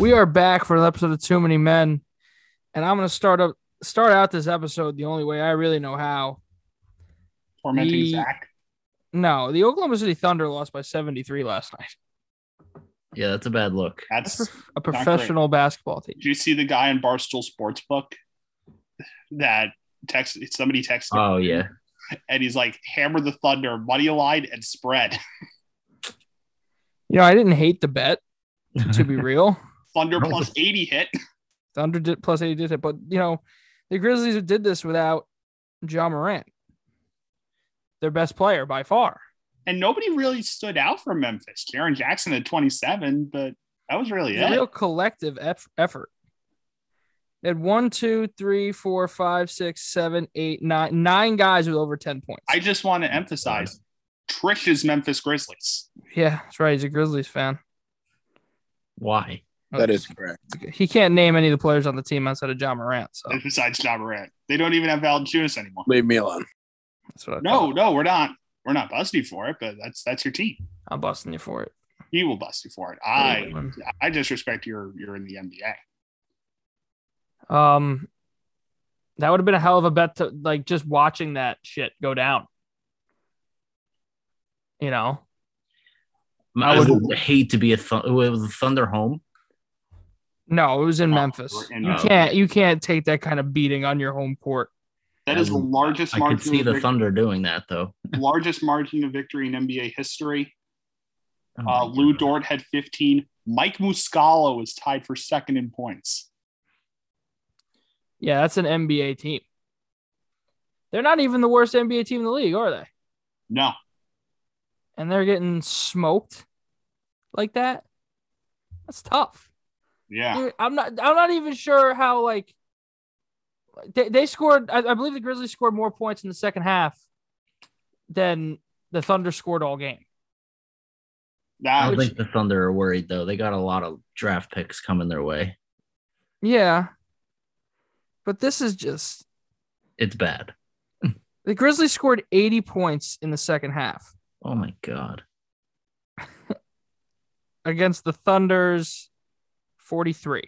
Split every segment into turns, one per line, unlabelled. We are back for an episode of Too Many Men, and I'm gonna start up start out this episode the only way I really know how.
Tormenting
Ye-
Zach.
No, the Oklahoma City Thunder lost by 73 last night.
Yeah, that's a bad look.
That's
That's.
prof- a professional basketball team.
Did you see the guy in Barstool Sportsbook that text somebody texted him
Oh yeah.
and he's like hammer the Thunder money line and spread
You know, I didn't hate the bet to be real.
Thunder
No.
plus eighty hit.
Thunder did plus 80 did it, but you know, the Grizzlies did this without John Morant, their best player by far.
And nobody really stood out for Memphis. Jaron Jackson at 27, but that was really
It's a
it.
real collective eff- effort. They had one, two, three, four, five, six, seven, eight, nine, nine guys with over 10 points.
I just want to emphasize Trish's Memphis Grizzlies.
yeah, that's right. He's a Grizzlies fan.
Why?
That is correct.
He can't name any of the players on the team outside of John Morant. So
Besides John Morant, they don't even have Valanciunas anymore.
Leave me alone.
that's what I
No, no, we're not. We're not busting you for it, but that's that's your team.
I'm busting you for it.
He will bust you for it. I I disrespect your you're in the NBA.
Um, that would have been a hell of a bet to like just watching that shit go down. You know,
I
I
would hate to be a th- was the Thunder home.
no, it was in
Oh,
Memphis.
we're in
You
Memphis.
can't, you can't take that kind of beating on your home court.
That is the
Um,
largest
I could
margin
see
of
the
vic-
Thunder doing that though.
largest margin of victory in NBA history.
Oh my
Uh, Lou
God.
Dort had 15. Mike Muscala was tied for second in points.
Yeah, that's an NBA team. They're not even the worst NBA team in the league, are they?
No,
And they're getting smoked like that. That's tough.
yeah,
Dude, I'm not. I'm not even sure how like they, they scored. I, I believe the Grizzlies scored more points in the second half than the Thunder scored all game.
I
that
don't
was
think the Thunder are worried though. They got a lot of draft picks coming their way.
Yeah, but this is just
It's bad.
the Grizzlies scored 80 points in the second half
Oh my god.
against the Thunder's 43.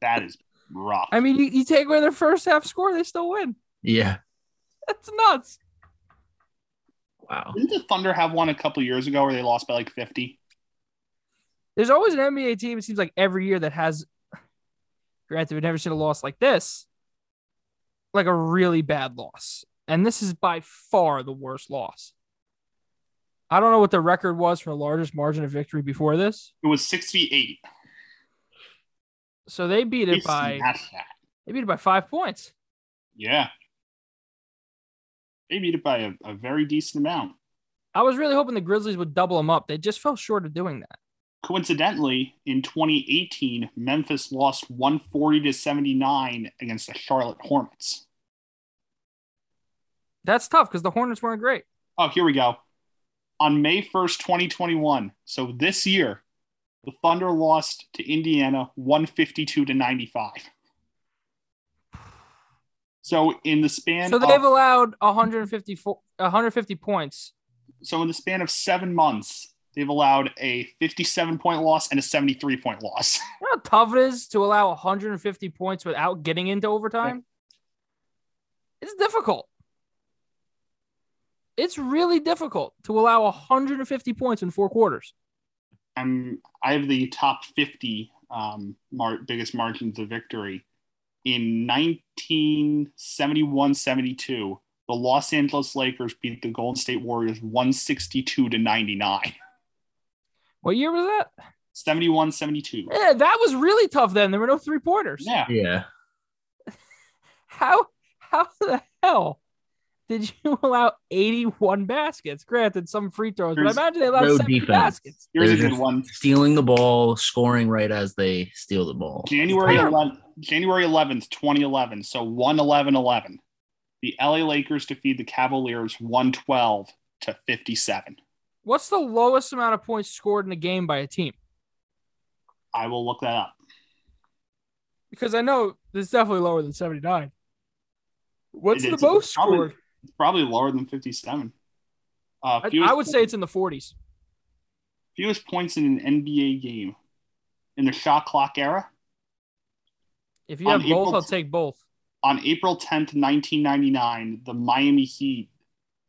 that is rough.
I mean, you, you take away their first half score, they still win.
Yeah.
That's nuts.
Wow.
Didn't the Thunder have one a couple years ago where they lost by like 50?
There's always an NBA team. It seems like every year that has. Granted, we've never seen a loss like this, like a really bad loss, and this is by far the worst loss. I don't know what the record was for the largest margin of victory before this,
It was 68.
so they beat
They
it by
smashed that.
they beat it by five points.
Yeah. They beat it by a, a very decent amount.
I was really hoping the Grizzlies would double them up. They just fell short of doing that.
Coincidentally, in 2018, Memphis lost 140 to 79 against the Charlotte Hornets.
That's tough because the Hornets weren't great.
Oh, here we go. On May 1st, 2021, so this year, the Thunder lost to Indiana 152 to 95. So in the span
so
of,
they've allowed 154 150 points
so in the span of 7 months, they've allowed a 57 point loss and a 73 point loss.
You know how tough it is to allow 150 points without getting into overtime? It's difficult. It's really difficult to allow 150 points in four quarters.
I'm I have the top 50 um, mar- biggest margins of victory in 1971-72. The Los Angeles Lakers beat the Golden State Warriors 162 to 99.
What year was that?
71-72.
Yeah, that was really tough then. There were no three pointers.
Yeah,
Yeah.
How how the hell did you allow 81 baskets? Granted, some free throws, but I
There's
imagine they allowed
no
70
defense.
baskets.
here's a
They're
good
just
one.
Stealing the ball, scoring right as they steal the ball.
January
Terrible.
11th, January 11th, 2011. So 111-11. The LA Lakers defeat the Cavaliers 112 to 57.
What's the lowest amount of points scored in a game by a team?
I will look that up.
because I know it's definitely lower than 79. What's
It
the
is.
most
Probably-
scored?
It's probably lower than 57. Uh,
I,
fewest
I would say it's in the 40s.
fewest points in an NBA game in the shot clock era.
If you
On
have both,
April-
I'll take both.
On April 10th, 1999, the Miami Heat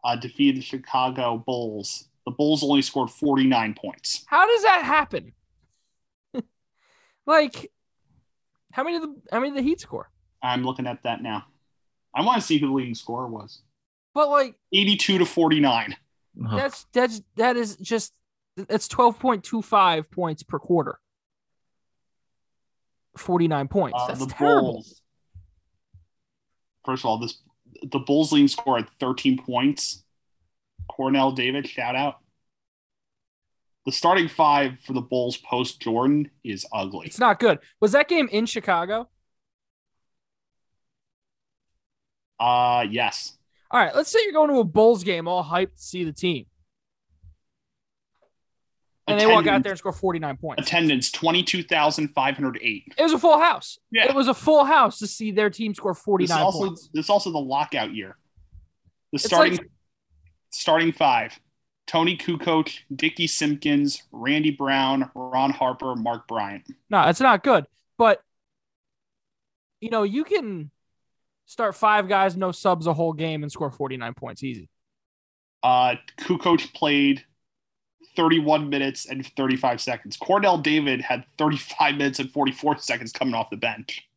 uh, defeated the Chicago Bulls. The Bulls only scored 49 points.
How does that happen? like, how many of the how many of the Heat score?
I'm looking at that now. I want to see who the leading scorer was.
But like,
82 to 49.
Ugh.
that's that's that is just that's twelve point two five points per quarter. Forty nine points.
Uh,
that's
the
terrible.
Bulls. First of all, this the Bulls leading scorer had 13 points. Cornell David, shout out. The starting five for the Bulls post Jordan is ugly.
It's not good. Was that game in Chicago?
Uh yes.
All right, let's say you're going to a Bulls game all hyped to see the team. And they walk out there and score 49 points.
Attendance 22,508.
It was a full house.
Yeah.
It was a full house to see their team score
This
49
is also
points.
this is also the lockout year. The
It's
starting
like-
starting five. Tony Kukoc, Dickie Simpkins, Randy Brown, Ron Harper, Mark Bryant.
No, it's not good. But you know, you can start five guys, no subs a whole game and score 49 points easy.
Uh, Kukoc played 31 minutes and 35 seconds. Cordell David had 35 minutes and 44 seconds coming off the bench.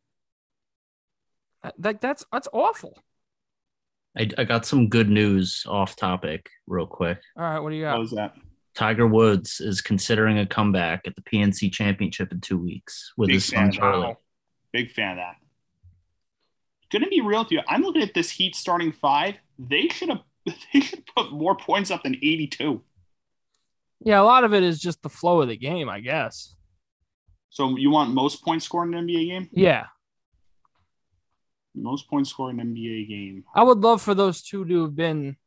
That- That, that's that's awful.
I, I got some good news off topic, real quick.
All right, what do you
What
got?
was that?
Tiger Woods is considering a comeback at the PNC Championship in two weeks with
Big
his son
fan.
Charlie.
Big fan of that. Gonna be real with you. I'm looking at this Heat starting five. They should have. They should put more points up than 82.
Yeah, a lot of it is just the flow of the game, I guess.
So you want most points scored in an NBA game?
Yeah.
Most points scored in an NBA game.
I would love for those two to have been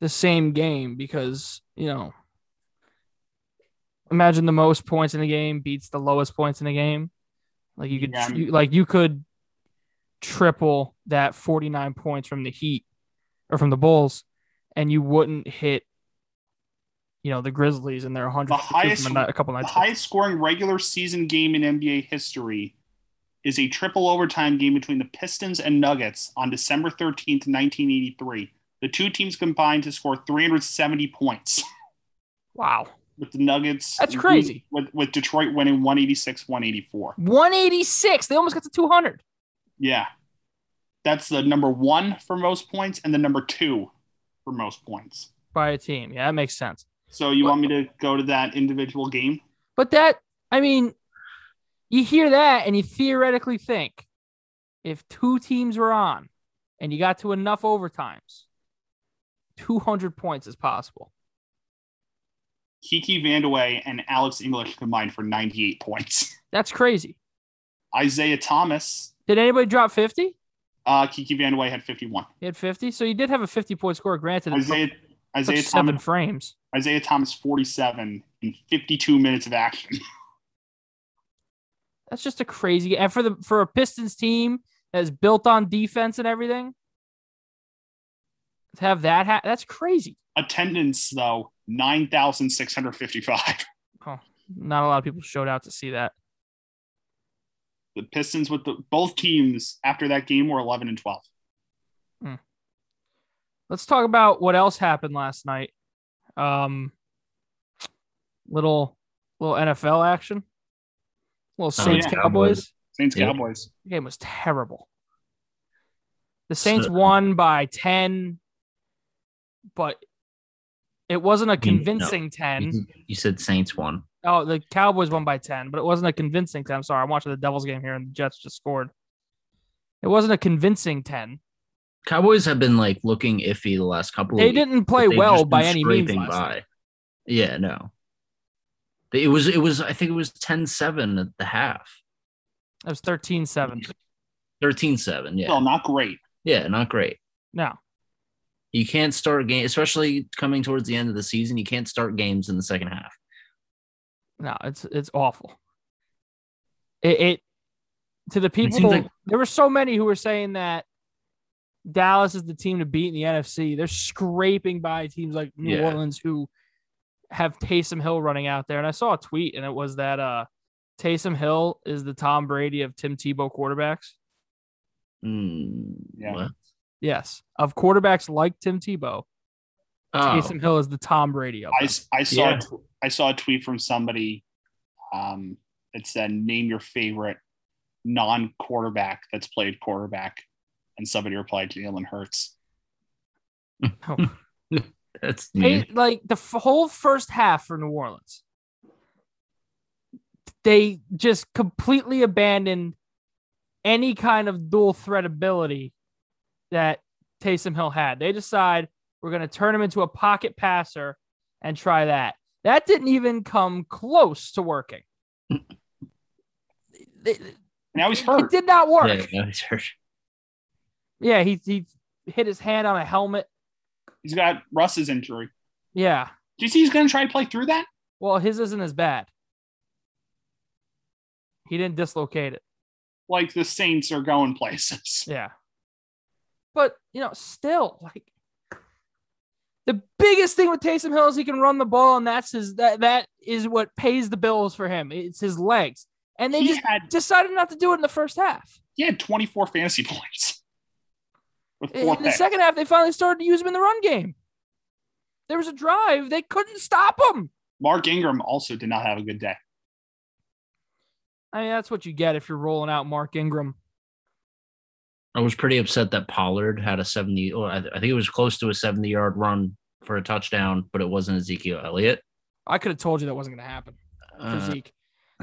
the same game because, you know, imagine the most points in the game beats the lowest points in the game. Like you could
Yeah, I mean-
you, like you could triple that 49 points from the Heat or from the Bulls and you wouldn't hit you know, the Grizzlies and their 100
highest-
from a, ni- a couple
The
nights. ago.
highest scoring regular season game in NBA history is a triple overtime game between the Pistons and Nuggets on December 13th, 1983. The two teams combined to score 370 points,
Wow.
with the Nuggets.
That's crazy.
With, with Detroit winning 186 184.
186. They almost got to 200.
Yeah. That's the number one for most points and the number two for most points.
by a team. Yeah, that makes sense.
So you want me to go to that individual game?
But that, I mean, you hear that and you theoretically think if two teams were on and you got to enough overtimes, 200 points is possible.
Kiki Vandaway and Alex English combined for 98 points.
That's crazy.
Isaiah Thomas
Did anybody drop 50?
Uh, Kiki Vandaway had 51.
He had 50. So you did have a 50 point score. Granted, it took-
Isaiah
took
Isaiah
seven
Thomas,
frames.
Isaiah Thomas 47 in 52 minutes of action.
That's just a crazy. And for the for a Pistons team that's built on defense and everything, to have that, ha- that's crazy.
Attendance though 9,655.
Not a lot of people showed out to see that.
The Pistons with the both teams after that game were 11 and 12.
let's talk about what else happened last night. Um, little little NFL action. Little
Oh,
Saints
yeah.
Cowboys.
Saints
Yeah.
Cowboys.
The game was terrible. The Saints
So-
won by ten, but it wasn't a
mean, no.
convincing ten.
You, you said Saints won.
Oh, the Cowboys won by 10, but it wasn't a convincing 10. I'm sorry. I'm watching the Devils game here and the Jets just scored. It wasn't a convincing 10.
Cowboys have been like looking iffy the last couple.
They
of weeks,
didn't
but
play
they've
well
just been
by any means.
scraping
last night.
Yeah, no. They- It was it was I think it was 10-7 at the half.
It was 13 7.
13-7, yeah.
Still not great.
Yeah, not great.
No,
You can't start game especially coming towards the end of the season, you can't start games in the second half.
No, it's it's awful. It, it to the people
seems like-
there were so many who were saying that Dallas is the team to beat in the NFC. They're scraping by teams like New
Yeah.
Orleans who have Taysom Hill running out there. And I saw a tweet and it was that uh Taysom Hill is the Tom Brady of Tim Tebow quarterbacks?
Mm,
Yeah.
what?
Yes. Of quarterbacks like Tim Tebow,
Oh,
Taysom Hill is the Tom Brady of
I,
them.
s- I saw
Yeah.
a tw- I saw a tweet from somebody um, that said name your favorite non quarterback that's played quarterback, and somebody replied Jalen Hurts.
Oh
that's
Hey,
mean.
like the f- whole first half for New Orleans, they just completely abandoned any kind of dual threat ability that Taysom Hill had. They decide we're going to turn him into a pocket passer and try that. That didn't even come close to working. it, it-
Now he's
it
hurt.
did not work.
Yeah, no, he's hurt.
Yeah, he he hit his hand on a helmet.
He's got Russ's injury.
Yeah.
Do you see he's going to try to play through that?
Well, his isn't as bad. He didn't dislocate it.
Like the Saints are going places.
Yeah. But, you know, still like the biggest thing with Taysom Hill is he can run the ball and that's his that that is what pays the bills for him. It's his legs. And they
he
just
had
decided not to do it in the first half.
he had 24 fantasy points with
In
four
the
picks.
second half, they finally started to use him in the run game. There was a drive, they couldn't stop him.
Mark Ingram also did not have a good day.
I mean, that's what you get if you're rolling out Mark Ingram.
I was pretty upset that Pollard had a 70, or I, I think it was close to a 70 yard run for a touchdown, but it wasn't Ezekiel Elliott.
I could have told you that wasn't going to happen for
Uh,
Zeke.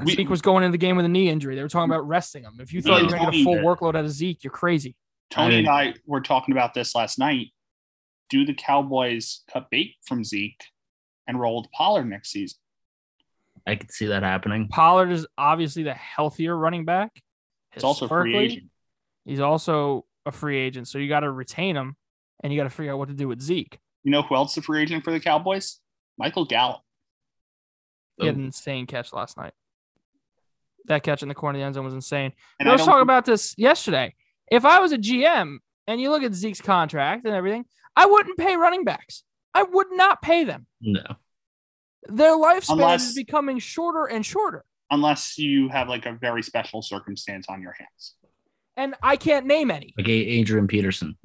we-
Zeke was going into the game with a knee injury. They were talking about resting him. If you thought you were going to get a full workload out of Zeke, you're crazy.
Tony
I-
and I were talking about this last night. Do the Cowboys cut bait from Zeke and roll with Pollard next season?
I could see that happening.
Pollard is obviously the healthier running back.
It's also a free
Historically,
agent.
He's also a free agent, so you got to retain him, and you got to figure out what to do with Zeke.
You know who else is a free agent for the Cowboys? Michael Gallup.
He had
Oh.
an insane catch last night. That catch in the corner of the end zone was insane.
And
I
I
was
don't
talking about this yesterday. If I was a GM and you look at Zeke's contract and everything, I wouldn't pay running backs. I would not pay them.
Oh, No.
Their lifespan
Unless-
is becoming shorter and shorter.
unless you have like a very special circumstance on your hands.
and I can't name any.
Like A- Adrian Peterson.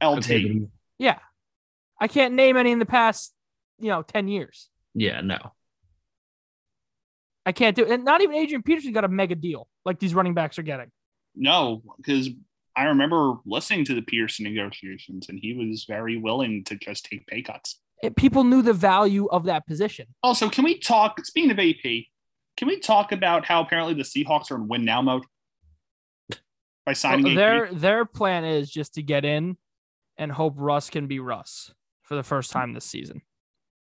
LT.
Okay, but he-
I can't name any in the past, you know, 10 years.
Yeah, no.
I can't do it. And not even Adrian Peterson got a mega deal like these running backs are getting.
No, because I remember listening to the Peterson negotiations and he was very willing to just take pay cuts.
It- people knew the value of that position.
Also, can we talk, speaking of AP, can we talk about how apparently the Seahawks are in win now mode by signing AP?
their their plan is just to get in and hope Russ can be Russ for the first time this season.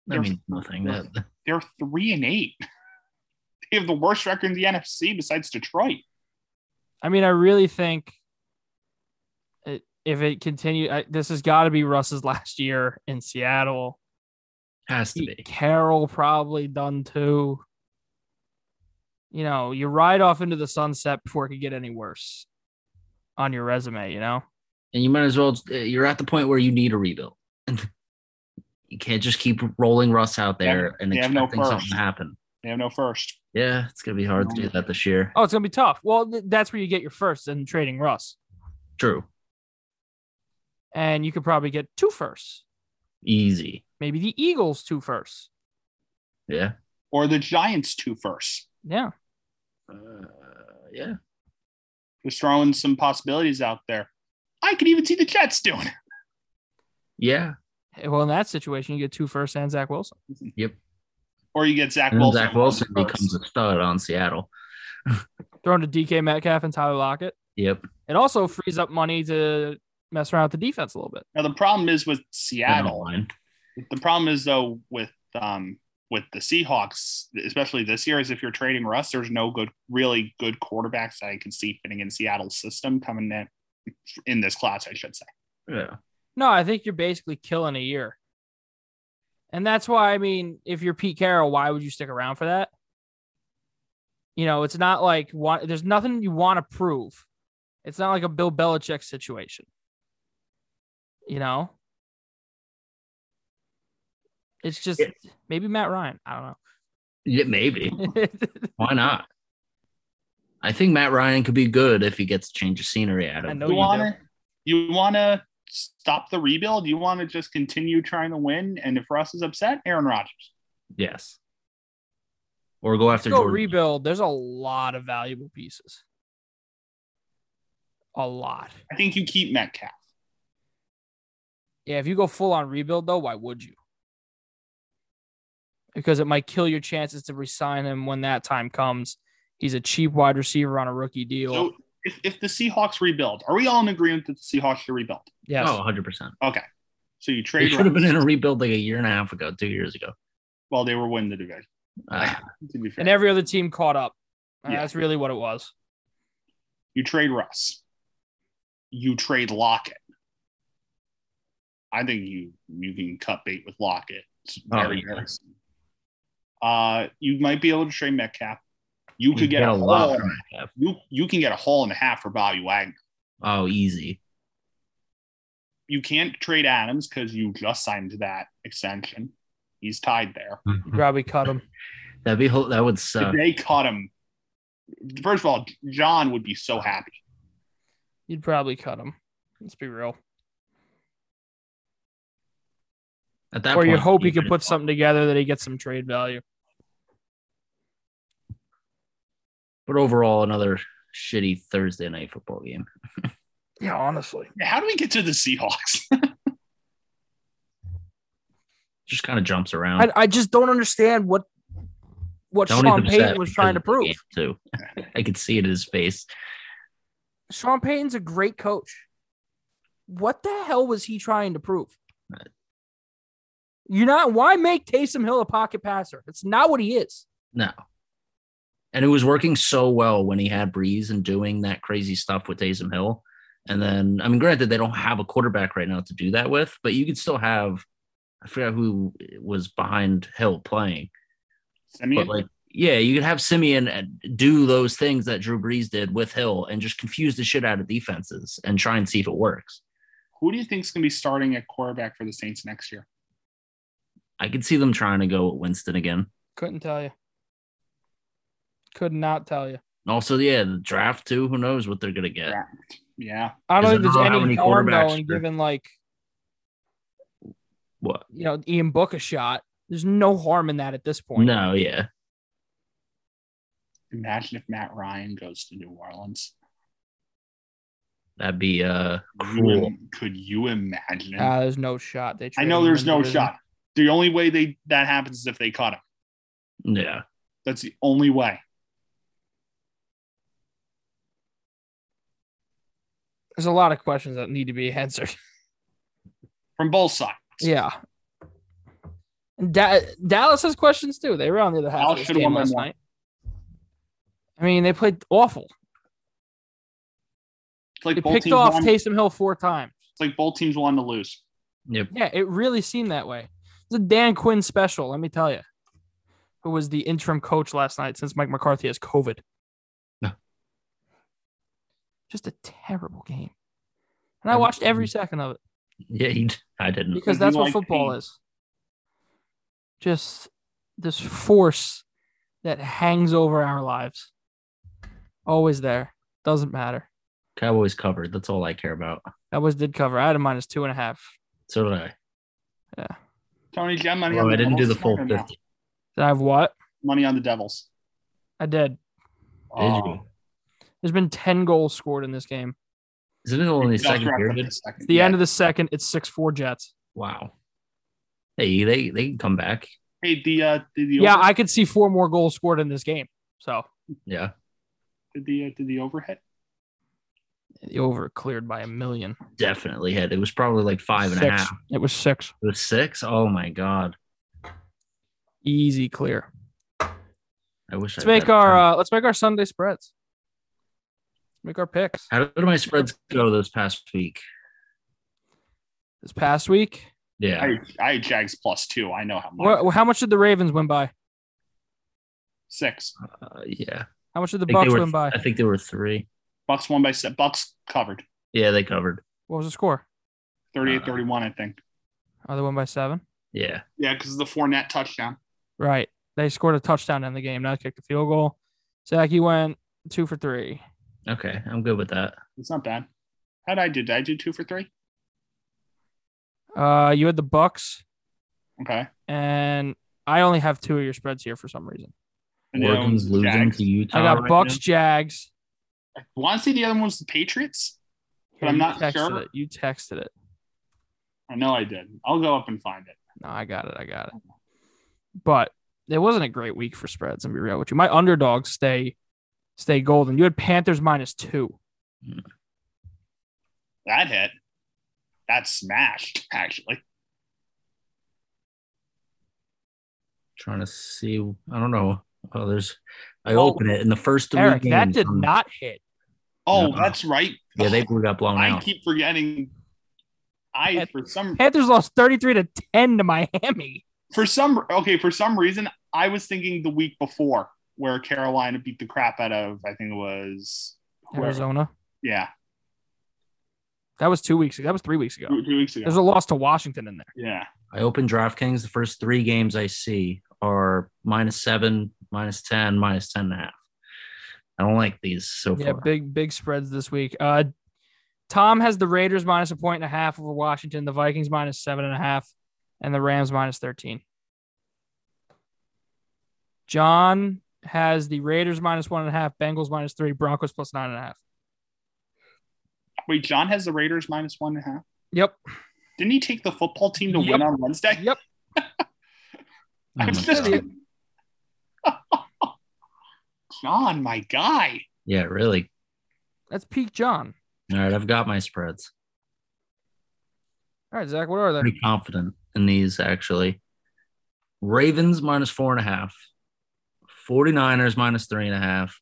That means nothing. That,
They're three and eight. They have the worst record in the NFC besides Detroit.
I mean, I really think it, if it continue, I, this has got to be Russ's last year in Seattle.
has to be.
Carroll probably done too. You know, you ride off into the sunset before it could get any worse on your resume, you know?
And you might as well, you're at the point where you need a rebuild. you can't just keep rolling Russ out there and
they have no
expecting something
first.
to happen.
They have no first.
Yeah, it's going to be hard to do that this year.
Oh, it's going to be tough. Well, th- that's where you get your first in trading Russ.
True.
And you could probably get two firsts,
Easy.
maybe the Eagles two firsts.
Yeah.
Or the Giants two first.
Yeah.
Uh, yeah.
Just throwing some possibilities out there. I could even see the Jets doing it.
Yeah.
Eh, Well, in that situation, you get two firsts and Zach Wilson.
Or you get Zach
And then
Wilson.
Zach Wilson
first.
becomes a stud on Seattle.
Thrown to DK Metcalf and Tyler Lockett.
Yep.
It also frees up money to mess around with the defense a little bit.
Now the problem is with
I don't
Seattle.
mind.
The problem is though with um with the Seahawks, especially this year, is if you're trading Russ, there's no good, really good quarterbacks that I can see fitting in Seattle's system coming in in this class. I should say.
Yeah.
No, I think you're basically killing a year. And that's why, I mean, if you're Pete Carroll, why would you stick around for that? You know, it's not like one, there's nothing you want to prove. It's not like a Bill Belichick situation. You know? It's just
Yeah.
maybe Matt Ryan. I
yeah maybe.
don't know.
Why not? I think Matt Ryan could be good if he gets a change of scenery out
I
of.
know
it.
you do.
you want to you want to stop the rebuild? You want to just continue trying to win? And if Russ is upset, Aaron Rodgers.
Yes. Or go after
Go
Jordan.
rebuild. There's a lot of valuable pieces. A lot.
I think you keep Metcalf.
Yeah, if you go full on rebuild though, why would you? Because it might kill your chances to resign him when that time comes. He's a cheap wide receiver on a rookie deal.
So if, if the Seahawks rebuild, are we all in agreement that the Seahawks should rebuild?
yes.
Oh, 100%.
So you
They
trade.
should have been
Rodgers.
in a rebuild like a year and a half ago, two years ago.
well, they were winning the division.
Uh,
To be fair,
And every other team caught up. And
Yeah.
That's really what it was.
you trade Russ. You trade Lockett. I think you you can cut bait with Lockett. It's
Oh,
very,
yeah.
very soon. Uh, you might be able to trade Metcalf. You could
you
get, a, haul
lot
and-
from Metcalf.
You you can get a haul and a half for Bobby Wagner.
Oh, easy.
You can't trade Adams because you just signed that extension. He's tied there.
You probably cut him.
That'd be ho- that would suck.
If they caught him, first of all, John would be so happy.
You'd probably cut him. Let's be real.
At that
or you
point,
hope he
could
can put something together that he gets some trade value.
But overall, another shitty Thursday night football game.
Yeah, honestly.
Yeah, How do we get to the Seahawks?
Just kind of jumps around.
I, I just don't understand what what
Tony's
Sean
upset
Payton was
because
trying to
of the
prove.
game, too. I could see it in his face.
Sean Payton's a great coach. What the hell was he trying to prove?
Right.
You not why make Taysom Hill a pocket passer? It's not what he is.
No. And it was working so well when he had Breeze and doing that crazy stuff with Taysom Hill. And then, I mean, granted, they don't have a quarterback right now to do that with, but you could still have, I forgot who was behind Hill playing.
Simeon?
But like, yeah, you could have Simeon and do those things that Drew Brees did with Hill and just confuse the shit out of defenses and try and see if it works.
Who do you think is going to be starting at quarterback for the Saints next year?
I could see them trying to go with Winston again.
Couldn't tell you. Could not tell you.
And Also, yeah, the draft too. Who knows what they're gonna get?
Yeah. Yeah.
I don't
Because
think
I
there's
don't know how
any
many
harm though
quarterbacks
in
there-
giving like
What?
you know Ian Book a shot. There's no harm in that at this point.
No, yeah.
Imagine if Matt Ryan goes to New Orleans.
That'd be uh
Could you
cruel.
im- Could you imagine?
Ah, there's no shot. They
I
traded
know
him
there's
in the
no
division.
shot. The only way they that happens is if they caught him.
Yeah.
That's the only way.
There's a lot of questions that need to be answered.
From both sides.
Yeah. And da- Dallas has questions too. They were on the other half
Dallas
of this
should've
game
won by
last
one.
night. I mean, they played awful.
It's like
They
both
picked
teams
off
want-
Taysom Hill four times.
it's like both teams wanted to lose.
Yep.
Yeah, it really seemed that way. It's a Dan Quinn special, let me tell you, who was the interim coach last night since Mike McCarthy has COVID.
No.
Just a terrible game. And I
Every-
watched every second of it.
Yeah, he, d- I didn't.
because
Because you
that's what
like
football
pain.
is. Just this force that hangs over our lives, always there. Doesn't matter.
Cowboys covered. That's all I care about.
Cowboys did cover. I had a minus two and a half.
So did I.
Tony, did you have money
Well,
on
I
the
didn't do
Devils
the full
tonight or no?
50.
Did I have what?
Money on the Devils.
I did.
Did you?
Oh.
There's been ten goals scored in this game.
Isn't it only
Just
second
wrapped up
period?
the second.
It's the
Yeah.
end of the second. It's six four Jets.
Wow. Hey, they they can come back.
Hey, the uh, did the
Yeah,
over-
I could see four more goals scored in this game. So
Yeah.
did the uh, did the overhead.
the over cleared by a million.
Definitely hit. It was probably like five and a half.
Six. It was six.
It was six? Oh my god.
Easy clear.
I wish
Let's
I
make
bet.
our uh, let's make our Sunday spreads. Make our picks.
how did my spreads go this past week?
this past week.
Yeah.
I I had Jags plus two. I know how much.
Wha how much did the Ravens win by?
Six
Uh, yeah.
How much did the
I think, they
Bucks
were,
win by?
I think they were three.
Bucks won by se- Bucks covered
Yeah, they covered.
What was the score?
38-31, I think.
Oh, they won by seven.
Yeah.
Yeah, because the Fournette touchdown.
Right. They scored a touchdown in the game. Now they kicked a field goal. Zach, you went two for three.
Okay, I'm good with that.
It's not bad. How did I do? Did I do two for three?
Uh, you had the Bucks,
Okay.
and I only have two of your spreads here for some reason.
And the other
Oregon's
one's the
losing
Jags.
to Utah.
I got
right
Bucks, Jags.
I want to say the other one was the Patriots. But
Yeah,
I'm
you
not
texted
sure.
It. You texted it.
I know Oh, I did. I'll go up and find it.
No, I got it. I got it. But it wasn't a great week for spreads. I'm be real with you. My underdogs stay stay golden. You had Panthers minus two.
That hit. That smashed, actually.
trying to see. I don't know. Oh, there's. I
Oh,
open it in the first three
Eric, that
games,
did
um,
not hit.
Oh,
Yeah.
that's right.
Yeah, they got blown
I
out.
keep forgetting. I for some
Panthers lost 33 to 10 to Miami.
for some okay for some reason I was thinking the week before where Carolina beat the crap out of I think it was whoever.
Arizona.
yeah
That was two weeks ago. That was three weeks ago.
two, two weeks ago
There's a loss to Washington in there.
yeah
I open DraftKings. The first three games I see are minus seven, minus ten, minus ten and a half. I don't like these so
Yeah,
far.
big big spreads this week. Uh, Tom has the Raiders minus a point and a half over Washington, the Vikings minus seven and a half, and the Rams minus thirteen. John has the Raiders minus one and a half, Bengals minus three, Broncos plus nine and a half.
wait John has the Raiders minus one and a half
Yep.
didn't he take the football team to
Yep.
win on Wednesday
Yep.
Oh my
I'm just-
God.
John my guy
yeah, really.
That's peak John.
All right, I've got my spreads.
All right, Zach, what are they?
Pretty confident in these actually. Ravens minus four and a half. 49ers minus three and a half.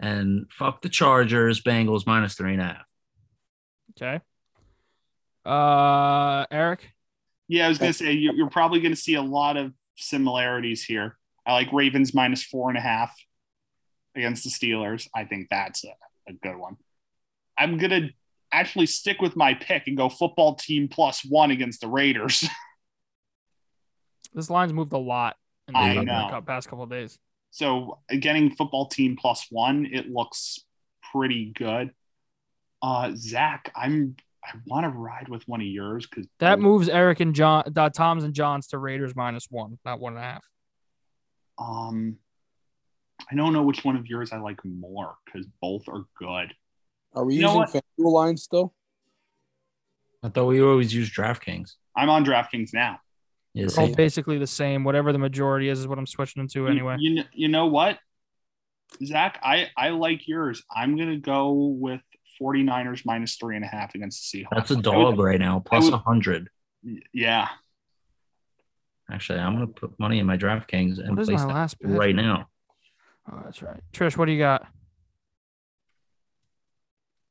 And fuck the Chargers, Bengals minus three and a half.
Okay. Uh, Eric.
yeah I was gonna say you- you're probably gonna see a lot of similarities here I like Ravens minus four and a half against the Steelers I think that's a, a good one I'm gonna actually stick with my pick and go football team plus one against the Raiders
This line's moved a lot in
I
the
know.
past couple of days.
So getting football team plus one, it looks pretty good. Uh, Zach, I'm I want to ride with one of yours because
That moves Eric and John, uh, Tom's and John's to Raiders minus one, not one and a half.
Um, I don't know which one of yours I like more because both are good.
Are we
You know
using FanDuel lines still?
I thought we always use DraftKings. Oh,
I'm on DraftKings now.
Yeah,
All
see?
basically the same. Whatever the majority is, is what I'm switching into
You-
anyway.
you, kn- you know what, Zach, I I like yours. I'm gonna go with 49ers minus three and a half against the Seahawks.
That's a
I would-
dog right now, plus
would-
a hundred.
Yeah,
Actually, I'm gonna put money in my DraftKings and
What is
place
my
that
last pick?
right now.
Oh, that's right. Trish, what do you got?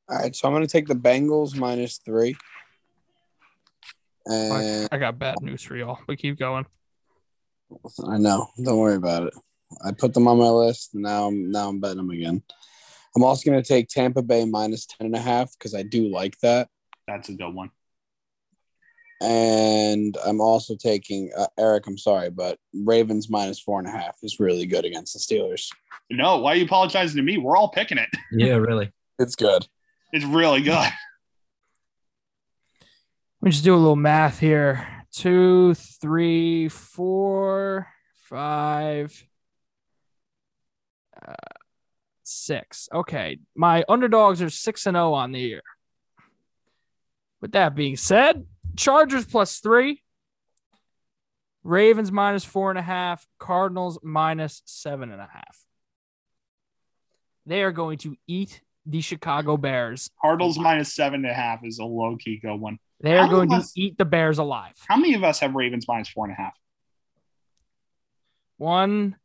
All right, so I'm going to take the Bengals minus three.
Fuck,
And
I got bad news for y'all. We keep going.
I know. Don't worry about it. I put them on my list. and Now I'm now I'm betting them again. I'm also going to take Tampa Bay minus ten and a half because I do like that.
that's a good one.
And I'm also taking uh, Eric. I'm sorry, but Ravens minus four and a half is really good against the Steelers.
No, why are you apologizing to me? We're all picking it.
Yeah, really.
It's good.
It's really good.
Let me just do a little math here. Two, three, four, five, uh, six. Okay. My underdogs are six and oh on the year. With that being said, Chargers plus three, Ravens minus four and a half, Cardinals minus seven and a half. They are going to eat the Chicago Bears.
Cardinals minus seven and a half is a low key go one.
They are
How
going to
was-
eat the Bears alive.
How many of us have Ravens minus four and a half?
One,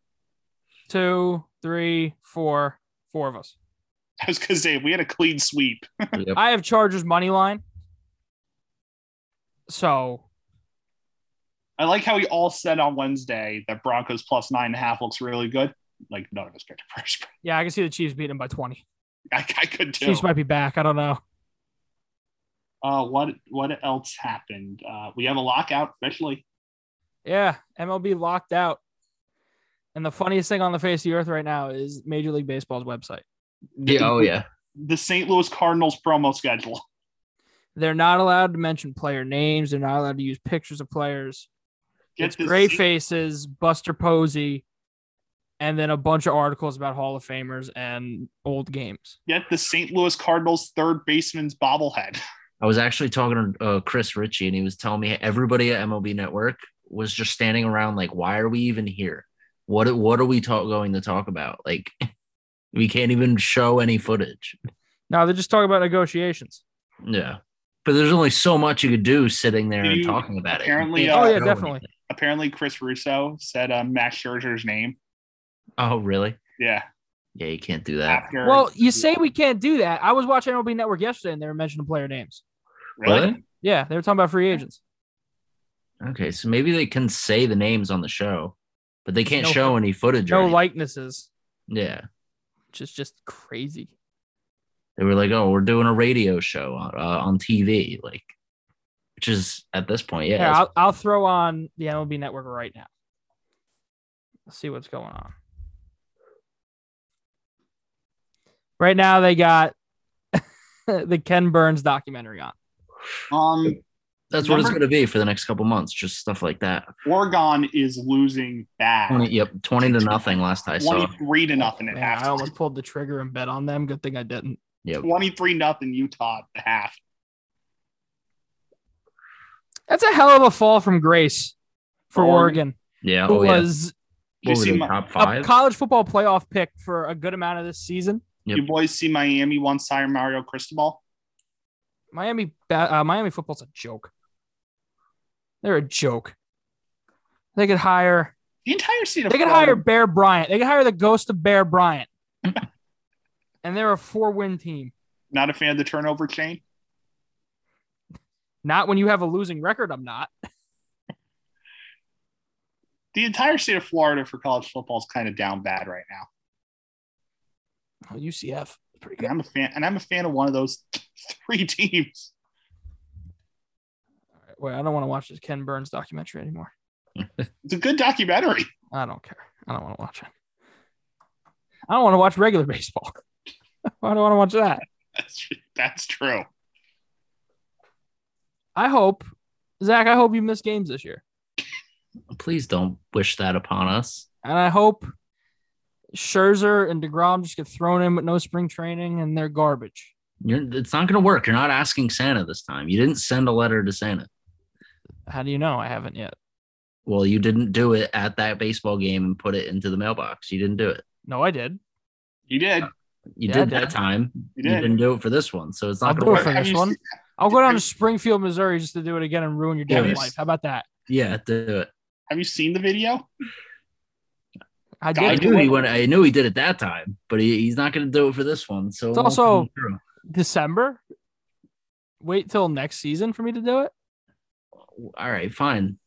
two, three, four, four of us.
I was gonna say if we had a clean sweep.
Yep.
I have Chargers money line. So
I like how we all said on Wednesday that Broncos plus nine and a half looks really good. Like none of us picked a first. spread.
yeah, I can see the Chiefs beating them by twenty.
I, I could too.
Chiefs might be back. I don't know.
Uh, what what else happened? Uh, we have a lockout officially.
Yeah, MLB locked out. And the funniest thing on the face of the earth right now is Major League Baseball's website.
Yeah, oh yeah.
the St. Louis Cardinals promo schedule.
They're not allowed to mention player names. They're not allowed to use pictures of players.
Get
it's
this
gray
St.
faces, Buster Posey, and then a bunch of articles about Hall of Famers and old games.
Get the St. Louis Cardinals third baseman's bobblehead.
I was actually talking to uh, Chris Ritchie, and he was telling me everybody at MLB Network was just standing around like, "Why are we even here? What what are we talk, going to talk about? Like, we can't even show any footage."
No, they're just talking about negotiations.
Yeah, but there's only so much you could do sitting there
Dude,
and talking about
apparently,
it. You
uh,
can't
Oh, yeah,
show
definitely.
anything.
Apparently, Chris Russo said um, Max Scherzer's name.
Oh, really?
Yeah.
Yeah, you can't do that.
After
Well, you say we can't do that. I was watching MLB Network yesterday and they were mentioning player names.
Really?
Really?
Yeah, they were talking about free agents.
Okay, so maybe they can say the names on the show, but they can't
No-
show any footage. or
No
anything.
likenesses,
yeah.
which is just crazy.
they were like, "Oh, we're doing a radio show on, uh, on TV," like, which is at this point, yeah,
Here,
it's-
I'll, I'll throw on the MLB network right now. Let's see what's going on. Right now, they got the Ken Burns documentary on.
Um,
that's what it's
number-
going to be for the next couple months, just stuff like that.
Oregon is losing bad.
20, yep, twenty to nothing last I saw.
23 to nothing at
Man, I
half.
almost pulled the trigger and bet on them. Good thing I didn't.
23 nothing Utah at half.
That's a hell of a fall from grace for Oregon,
Oregon.
Yeah,
who
oh yeah,
was
Did you
what were
see
they,
my-
top
a
five?
college football playoff pick for a good amount of this season.
Yep.
You boys see Miami once hire Mario Cristobal?
Miami, ba- uh, Miami football's a joke. They're a joke. They could hire.
The entire state of
They could
Florida-
hire Bear Bryant. They could hire the ghost of Bear Bryant. and they're a four-win team.
Not a fan of the turnover chain.
Not when you have a losing record. I'm not.
The entire state of Florida for college football is kind of down bad right now.
Oh, UCF, pretty
And
good.
I'm a fan and I'm a fan of one of those three teams.
All right, Wait, I don't want to watch this Ken Burns documentary anymore.
It's a good documentary.
I don't care. I don't want to watch it. I don't want to watch regular baseball. Why do I want to watch that?
That's that's true.
I hope, Zach. I hope you miss games this year.
Please don't wish that upon us.
And I hope Scherzer and DeGrom just get thrown in with no spring training and they're garbage.
You're, it's not going to work. You're not asking Santa this time. You didn't send a letter to Santa.
How do you know? I haven't yet.
Well, you didn't do it at that baseball game and put it into the mailbox. You didn't do it.
No, I did.
You did.
You
Yeah, I
did that
did.
time.
You
You,
did.
didn't do it for this one, so it's
I'll
not going
do
to
it
work.
for
Have
this
you
one.
seen-
I'll go down to Springfield, Missouri just to do it again and ruin your damn
Yes.
life. How about that?
Yeah, do it.
have you seen the video?
I
I
I
did.
do.
knew he went. I knew he did it that time, but he, he's not going to do it for this one. So
It's
it won't
also-
come through.
December. Wait till next season for me to do it.
all right. Fine.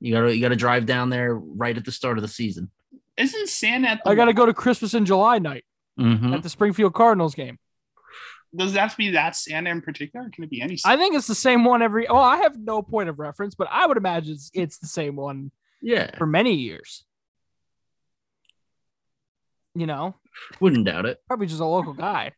You gotta you gotta drive down there right at the start of the season.
Isn't Santa at the
I got to go to Christmas in July night
Mhm.
at the Springfield Cardinals game.
does it have to be that Santa in particular? Or can it be any Santa?
I think it's the same one every. Well, I have no point of reference, but I would imagine it's, it's the same one
Yeah,
for many years. You know,
wouldn't doubt it.
probably just a local guy.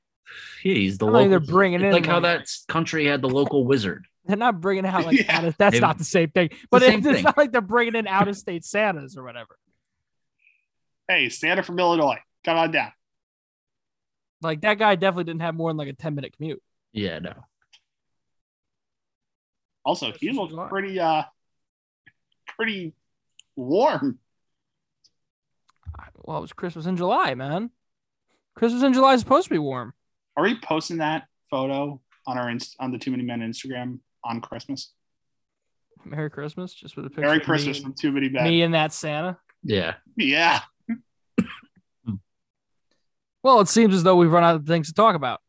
Yeah, he's the
I mean,
local.
they're bringing
it's
in
like how
like-
that s- country had the local wizard.
They're not bringing out like
Yeah.
out of- that's
They-
not the same thing, but it,
same
it's
thing.
not like they're bringing in out of state Santas or whatever.
hey, Santa from Illinois. Come on down.
Like that guy definitely didn't have more than like a ten minute commute.
Yeah, no.
Also, he
Christmas in
looks
July.
pretty uh pretty warm.
Well, it was Christmas in July, man. Christmas in July is supposed to be warm.
Are we posting that photo on our inst- on the Too Many Men Instagram on Christmas?
Merry Christmas, just with a picture.
Merry
of me
Christmas
and-
from Too Many
Me,
Men.
and that Santa.
Yeah,
Yeah,
Well, it seems as though we've run out of things to talk about.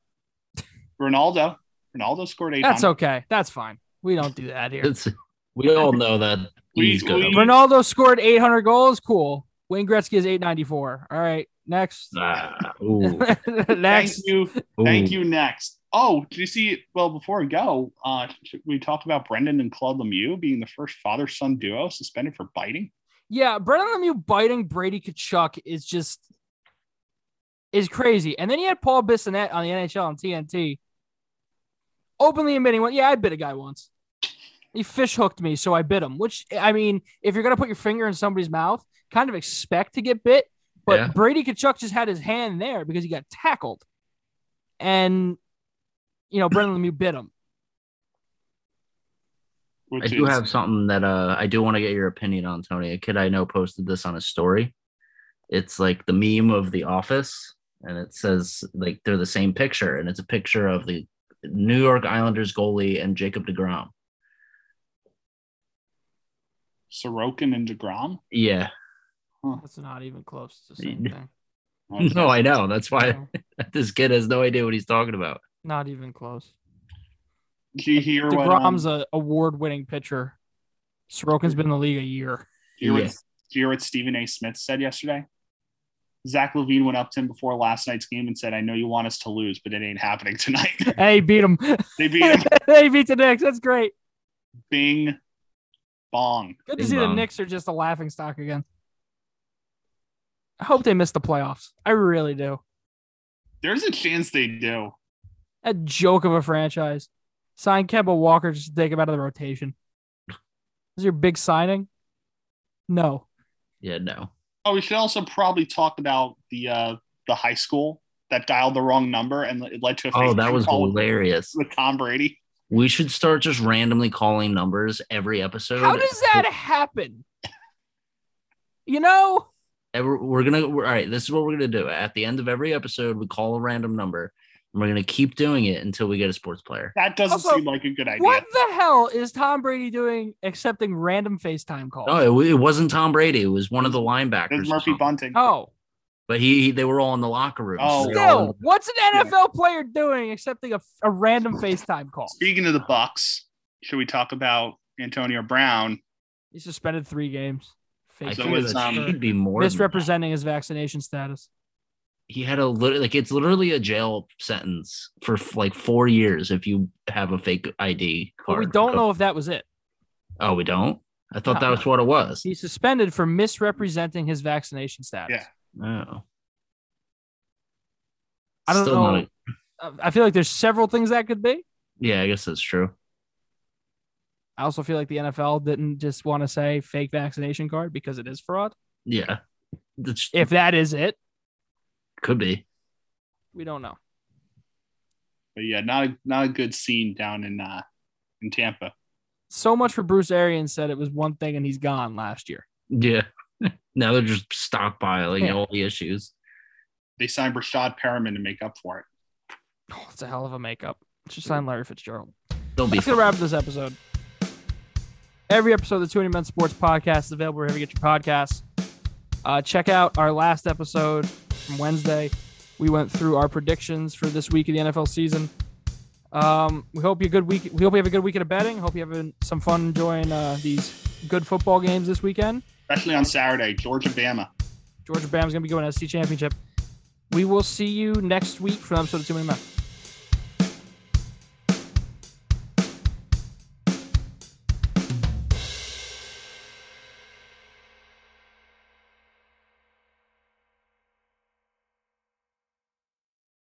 Ronaldo. Ronaldo scored eight.
That's okay. That's fine. We don't do that here.
it's we all know that
We-
he's good.
we-
Ronaldo scored 800 goals. Cool. Wayne Gretzky is 894. All right, next.
Ah, ooh,
Thank
next.
you. Thank
ooh.
you. Next. Oh, did you see? Well, before we go, uh, we talked about Brendan and Claude Lemieux being the first father-son duo suspended for biting.
Yeah, Brendan Lemieux biting Brady Kachuk is just is crazy. And then you had Paul Bissonnette on the NHL on TNT, openly admitting, "Well, yeah, I bit a guy once. He fish hooked me, so I bit him." Which I mean, if you're gonna put your finger in somebody's mouth, kind of expect to get bit. But
Yeah.
Brady Kachuk just had his hand there because he got tackled, and you know Brendan Lemieux bit him.
Which
I do
is-
have something that uh, I do want to get your opinion on, Tony. A kid I know posted this on a story. It's like the meme of The Office, and it says like they're the same picture, and it's a picture of the New York Islanders goalie and Jacob DeGrom.
Sorokin and Degrom.
Yeah,
That's not even close to the same
Yeah.
thing.
no, I know. That's why
No,
this kid has no idea what he's talking about.
not even close.
Did you hear what? Um,
Degrom's a award-winning pitcher. Sorokin's been in the league a year.
did you hear what,
Yeah.
did you hear what Stephen A. Smith said yesterday? Zach Levine went up to him before last night's game and said, "I know you want us to lose, but it ain't happening tonight."
Hey, beat him.
they beat him.
they beat the Knicks. That's great.
Bing, bong.
Good to
Bing
see the
bong.
Knicks are just a laughing stock again. I hope they miss the playoffs. I really do.
There's a chance they do.
A joke of a franchise. Sign Kemba Walker just to take him out of the rotation. Is your big signing? No.
Yeah, no.
Oh, we should also probably talk about the uh, the high school that dialed the wrong number and it led to a
Oh,
face
that was
call
hilarious.
with Tom Brady.
We should start just randomly calling numbers every episode.
How does that happen? You know,
And we're, we're gonna we're, all right this is what we're gonna do at the end of every episode we call a random number and we're gonna keep doing it until we get a sports player
That doesn't
Also,
seem like a good idea.
what the hell is Tom Brady doing accepting random FaceTime
Oh,
calls?
no it, it wasn't tom brady it was one of the linebackers
There's
or
Murphy
something.
Bunting.
Oh,
but he, he- they were all in the locker room
Oh.
they were all in
still, what's an NFL player doing accepting a, a random FaceTime call?
Speaking of the Bucks, should we talk about Antonio Brown?
He suspended three games.
the- i
Fake
So
think
it's,
news.
that
um,
should be more than that.
misrepresenting his vaccination status.
he had a lit- like it's literally a jail sentence for f- like four years if you have a fake id
But
card
we don't know Uh-uh. if that was it.
oh we don't i thought
No.
that was what it was
He's suspended for misrepresenting his vaccination status.
Yeah.
no
I don't
Oh. Still
know.
not a-
Uh, I- I feel like there's several things that could be.
yeah i guess that's true
I also feel like the NFL didn't just want to say fake vaccination card because it is fraud.
yeah that's,
If that is it,
could be
we don't know.
But yeah, not a, not a good scene down in uh, in Tampa.
So much for Bruce Arians said it was one thing and he's gone last year.
Yeah. now they're just stockpiling
Yeah.
all the issues.
They signed Rashad Perriman to make up for it.
Oh, it's a hell of a makeup. Just sign Larry Fitzgerald.
They'll be
That's gonna wrap up this episode. Every episode of the Twenty Men Sports Podcast is available wherever you get your podcasts. Uh, check out our last episode from Wednesday. We went through our predictions for this week of the NFL season. Um, we hope you good week. We hope you have a good weekend of betting. Hope you having some fun enjoying uh, these good football games this weekend.
Especially on Saturday, Georgia Bama.
E Georgia Bam's gonna be going to SC Championship. We will see you next week for an episode of Too Many Men.